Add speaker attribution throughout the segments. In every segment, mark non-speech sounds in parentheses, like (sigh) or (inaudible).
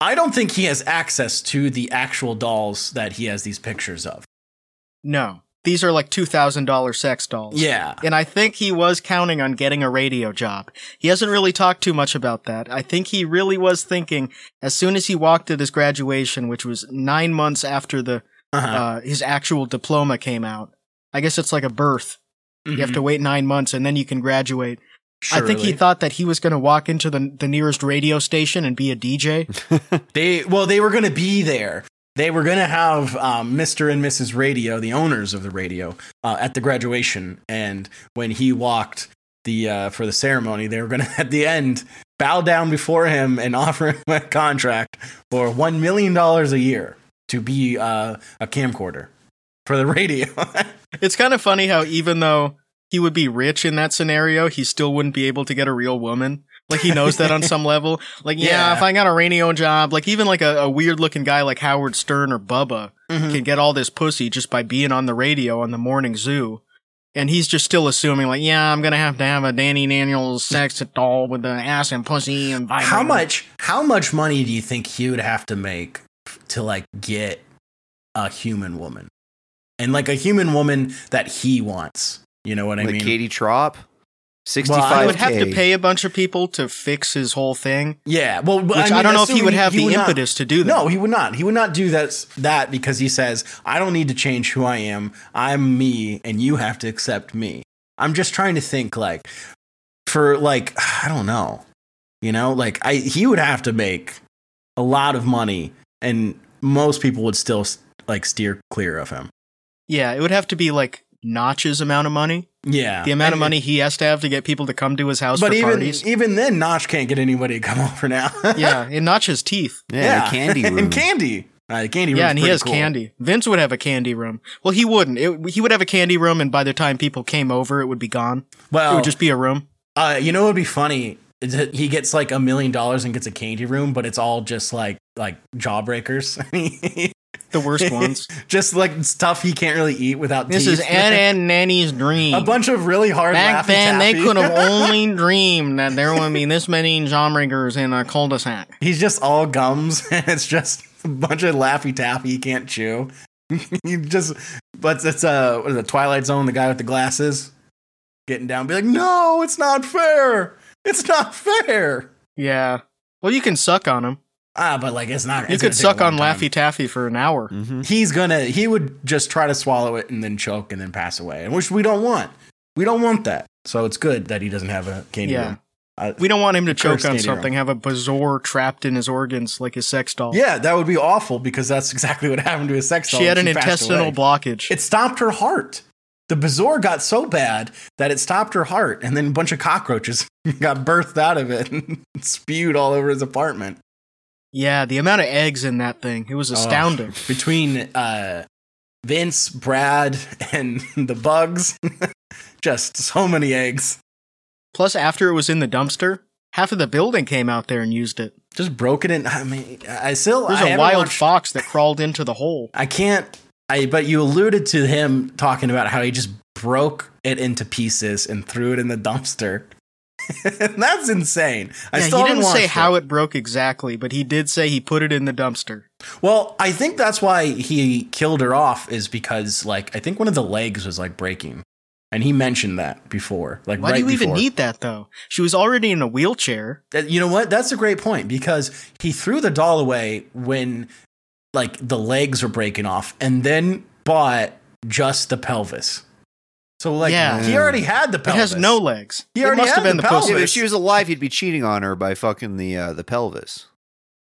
Speaker 1: I don't think he has access to the actual dolls that he has these pictures of.
Speaker 2: No. These are like $2,000 sex dolls.
Speaker 1: Yeah.
Speaker 2: And I think he was counting on getting a radio job. He hasn't really talked too much about that. I think he really was thinking as soon as he walked at his graduation, which was nine months after the
Speaker 1: Uh-huh.
Speaker 2: uh, his actual diploma came out. I guess it's like a birth. You have to wait nine months and then you can graduate. I think he
Speaker 1: Mm-hmm. Surely.
Speaker 2: thought that he was going to walk into the the nearest radio station and be a DJ.
Speaker 1: They well, they were going to be there. They were going to have um, Mr. and Mrs. Radio, the owners of the radio, uh, at the graduation. And when he walked the uh, for the ceremony, they were going to (laughs) at the end bow down before him and (laughs) offer him a contract for one million dollars a year to be uh, a camcorder for the (laughs) radio.
Speaker 2: it's kind of funny how even though he would be rich in that scenario, he still wouldn't be able to get a real woman. Like he knows that on
Speaker 1: (laughs)
Speaker 2: some level. Like yeah,
Speaker 1: Yeah.
Speaker 2: if I got a radio job, like even like a, a weird looking guy like Howard Stern or Bubba
Speaker 1: Mm-hmm.
Speaker 2: can get all this pussy just by being on the radio on the morning zoo. And he's just still assuming, like, yeah, I'm gonna have to have a Danny Daniels sex doll with the ass and pussy and vibrator.
Speaker 1: how much? How much money do you think he would have to make to like get a human woman, and like a human woman that he wants? You know what I
Speaker 3: like
Speaker 1: mean?
Speaker 3: Katie Trop,
Speaker 1: Well,
Speaker 3: sixty-five.
Speaker 2: I
Speaker 1: I
Speaker 2: would have to pay a bunch of people to fix his whole thing.
Speaker 1: Yeah. Well,
Speaker 2: Which I, don't know if he would have the impetus to do that.
Speaker 1: No, he would not. He would not do that. That because he says, "I don't need to change who I am. I'm me, and you have to accept me." I'm just trying to think, like, for like, (sighs) I don't know, you know, like I he would have to make a lot of money, and most people would still like steer clear of him.
Speaker 2: Yeah, it would have to be like Notch's amount of money,
Speaker 1: Yeah,
Speaker 2: the amount of
Speaker 1: And-
Speaker 2: money he has to have to get people to come to his house
Speaker 1: But
Speaker 2: for
Speaker 1: even (laughs)
Speaker 2: parties.
Speaker 1: even then, Notch can't get anybody to come (laughs) over now.
Speaker 2: yeah, and Notch's teeth.
Speaker 3: Yeah,
Speaker 1: Yeah.
Speaker 3: The candy
Speaker 1: (laughs)
Speaker 3: room.
Speaker 1: and candy. Uh, the candy.
Speaker 2: yeah,
Speaker 1: room's
Speaker 2: and he
Speaker 1: pretty
Speaker 2: has
Speaker 1: cool.
Speaker 2: candy. Vince would have a candy room. Well, he wouldn't. It, he would have a candy room, and by the time people came over, it would be gone.
Speaker 1: Well,
Speaker 2: It would just be a room.
Speaker 1: Uh, you know what would be funny? Is that He gets like a million dollars and gets a candy room, but it's all just like like jawbreakers, (laughs)
Speaker 2: The worst ones.
Speaker 1: just like stuff he can't really eat without.
Speaker 2: This
Speaker 1: teeth. (laughs)
Speaker 2: is Aunt and Nanny's dream.
Speaker 1: a bunch of really hard.
Speaker 2: Back
Speaker 1: Laffy
Speaker 2: then, they
Speaker 1: Taffy. (laughs)
Speaker 2: could have only dreamed that there would be this many jawbreakers in a cul-de-sac.
Speaker 1: He's just all gums, (laughs) and it's just a bunch of laffy taffy he can't chew. (laughs) you just, but it's uh, what is it? Twilight Zone. The guy with the glasses getting down, be like, no, it's not fair. It's not fair.
Speaker 2: Yeah. Well, you can suck on them.
Speaker 1: Ah, but like it's not.
Speaker 2: You
Speaker 1: it's gonna
Speaker 2: could
Speaker 1: take a
Speaker 2: suck on
Speaker 1: long time.
Speaker 2: Laffy Taffy for an hour.
Speaker 3: Mhm.
Speaker 1: he's gonna he would just try to swallow it and then choke and then pass away and which we don't want we don't want that so it's good that he doesn't have a candy
Speaker 2: Yeah.
Speaker 1: room Uh,
Speaker 2: We don't want him to choke
Speaker 1: cursed
Speaker 2: on
Speaker 1: native
Speaker 2: something, have a bazaar trapped in his organs like his sex doll.
Speaker 1: yeah that would be awful because that's exactly what (laughs) happened to his sex doll
Speaker 2: She had
Speaker 1: when
Speaker 2: an
Speaker 1: passed
Speaker 2: intestinal
Speaker 1: away.
Speaker 2: blockage.
Speaker 1: it stopped her heart the bazaar got so bad that it stopped her heart and then a bunch of cockroaches (laughs) got birthed out of it (laughs) and spewed all over his apartment
Speaker 2: yeah, the amount of eggs in that thing. It was astounding.
Speaker 1: between uh Vince, Brad, (laughs) and the bugs, (laughs) just so many eggs.
Speaker 2: Plus, after it was in the dumpster, half of the building came out there and used it.
Speaker 1: just broken it. I mean, I still
Speaker 2: There's
Speaker 1: I
Speaker 2: a
Speaker 1: haven't
Speaker 2: wild
Speaker 1: watched-
Speaker 2: fox that crawled into the hole.
Speaker 1: I can't. I but you alluded to him talking about how he just broke it into pieces and threw it in the dumpster. (laughs) That's insane. I
Speaker 2: yeah,
Speaker 1: still
Speaker 2: he didn't
Speaker 1: haven't
Speaker 2: say
Speaker 1: watched
Speaker 2: how it broke exactly, but he did say he put it in the dumpster.
Speaker 1: Well, I think that's why he killed her off is because like I think one of the legs was like breaking, and he mentioned that before. Like
Speaker 2: Why
Speaker 1: right
Speaker 2: do you even
Speaker 1: before.
Speaker 2: need that though? She was already in a wheelchair.
Speaker 1: That- you know what? That's a great point because he threw the doll away when like the legs were breaking off and then bought just the pelvis. So like
Speaker 2: Yeah.
Speaker 1: he already had the
Speaker 2: It
Speaker 1: pelvis.
Speaker 2: has no legs.
Speaker 1: He
Speaker 2: it
Speaker 1: already
Speaker 2: must
Speaker 1: had
Speaker 2: have been
Speaker 1: the
Speaker 2: the,
Speaker 3: Yeah,
Speaker 2: pussy.
Speaker 3: but if she was alive, he'd be cheating on her by fucking the uh, the pelvis.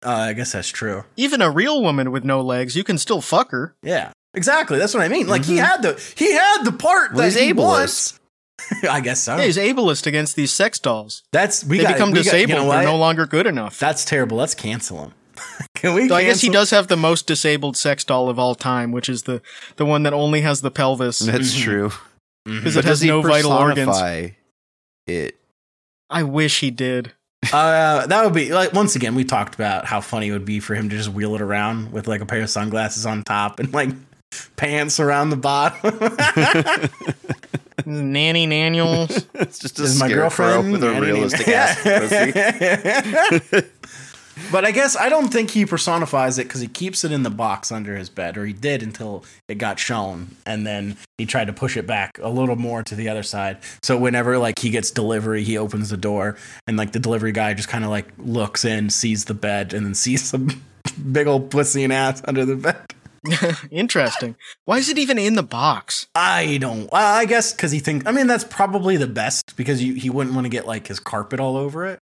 Speaker 1: Uh, I guess that's true.
Speaker 2: Even a real woman with no legs, you can still fuck her.
Speaker 1: Yeah. Exactly. That's what I mean. Like he
Speaker 2: Mm-hmm.
Speaker 1: had the he had the part
Speaker 3: Well,
Speaker 1: that
Speaker 3: he's
Speaker 1: he
Speaker 3: ableist.
Speaker 1: wants. (laughs) I guess so.
Speaker 2: Yeah, he's ableist against these sex dolls.
Speaker 1: that's Oh. we
Speaker 2: they
Speaker 1: got
Speaker 2: become disabled.
Speaker 1: You know
Speaker 2: They're
Speaker 1: what?
Speaker 2: no longer good enough.
Speaker 1: that's terrible. Let's cancel him. (laughs) Can we?
Speaker 2: Though I guess he
Speaker 1: cancel-
Speaker 2: does have the most disabled sex doll of all time, which is the, the one that only has the pelvis (laughs)
Speaker 3: That's
Speaker 1: Mhm.
Speaker 3: true.
Speaker 2: because
Speaker 3: But
Speaker 2: it
Speaker 3: does
Speaker 2: has
Speaker 3: he
Speaker 2: no vital organs.
Speaker 3: personify It.
Speaker 2: I wish he
Speaker 1: (laughs)
Speaker 2: did.
Speaker 1: Uh, that would be like once again we talked about how funny it would be for him to just wheel it around with like a pair of sunglasses on top and like pants around the bottom. (laughs)
Speaker 2: Nanny Naniels.
Speaker 3: It's just a
Speaker 1: This is my
Speaker 3: scarecrow
Speaker 1: girlfriend
Speaker 3: with a
Speaker 1: and-
Speaker 3: realistic ass pussy.
Speaker 1: But I guess I don't think he personifies it because he keeps it in the box under his bed, or he did until it got shown, and then he tried to push it back a little more to the other side. So whenever like he gets delivery, he opens the door, and like the delivery guy just kind of like looks in, sees the bed, and then (laughs) sees some big old pussy and ass under the bed.
Speaker 2: Interesting. Why is it even in the box?
Speaker 1: I don't. Well, I guess because he thinks. I mean, that's probably the best because you, he wouldn't want to get like his carpet all over it.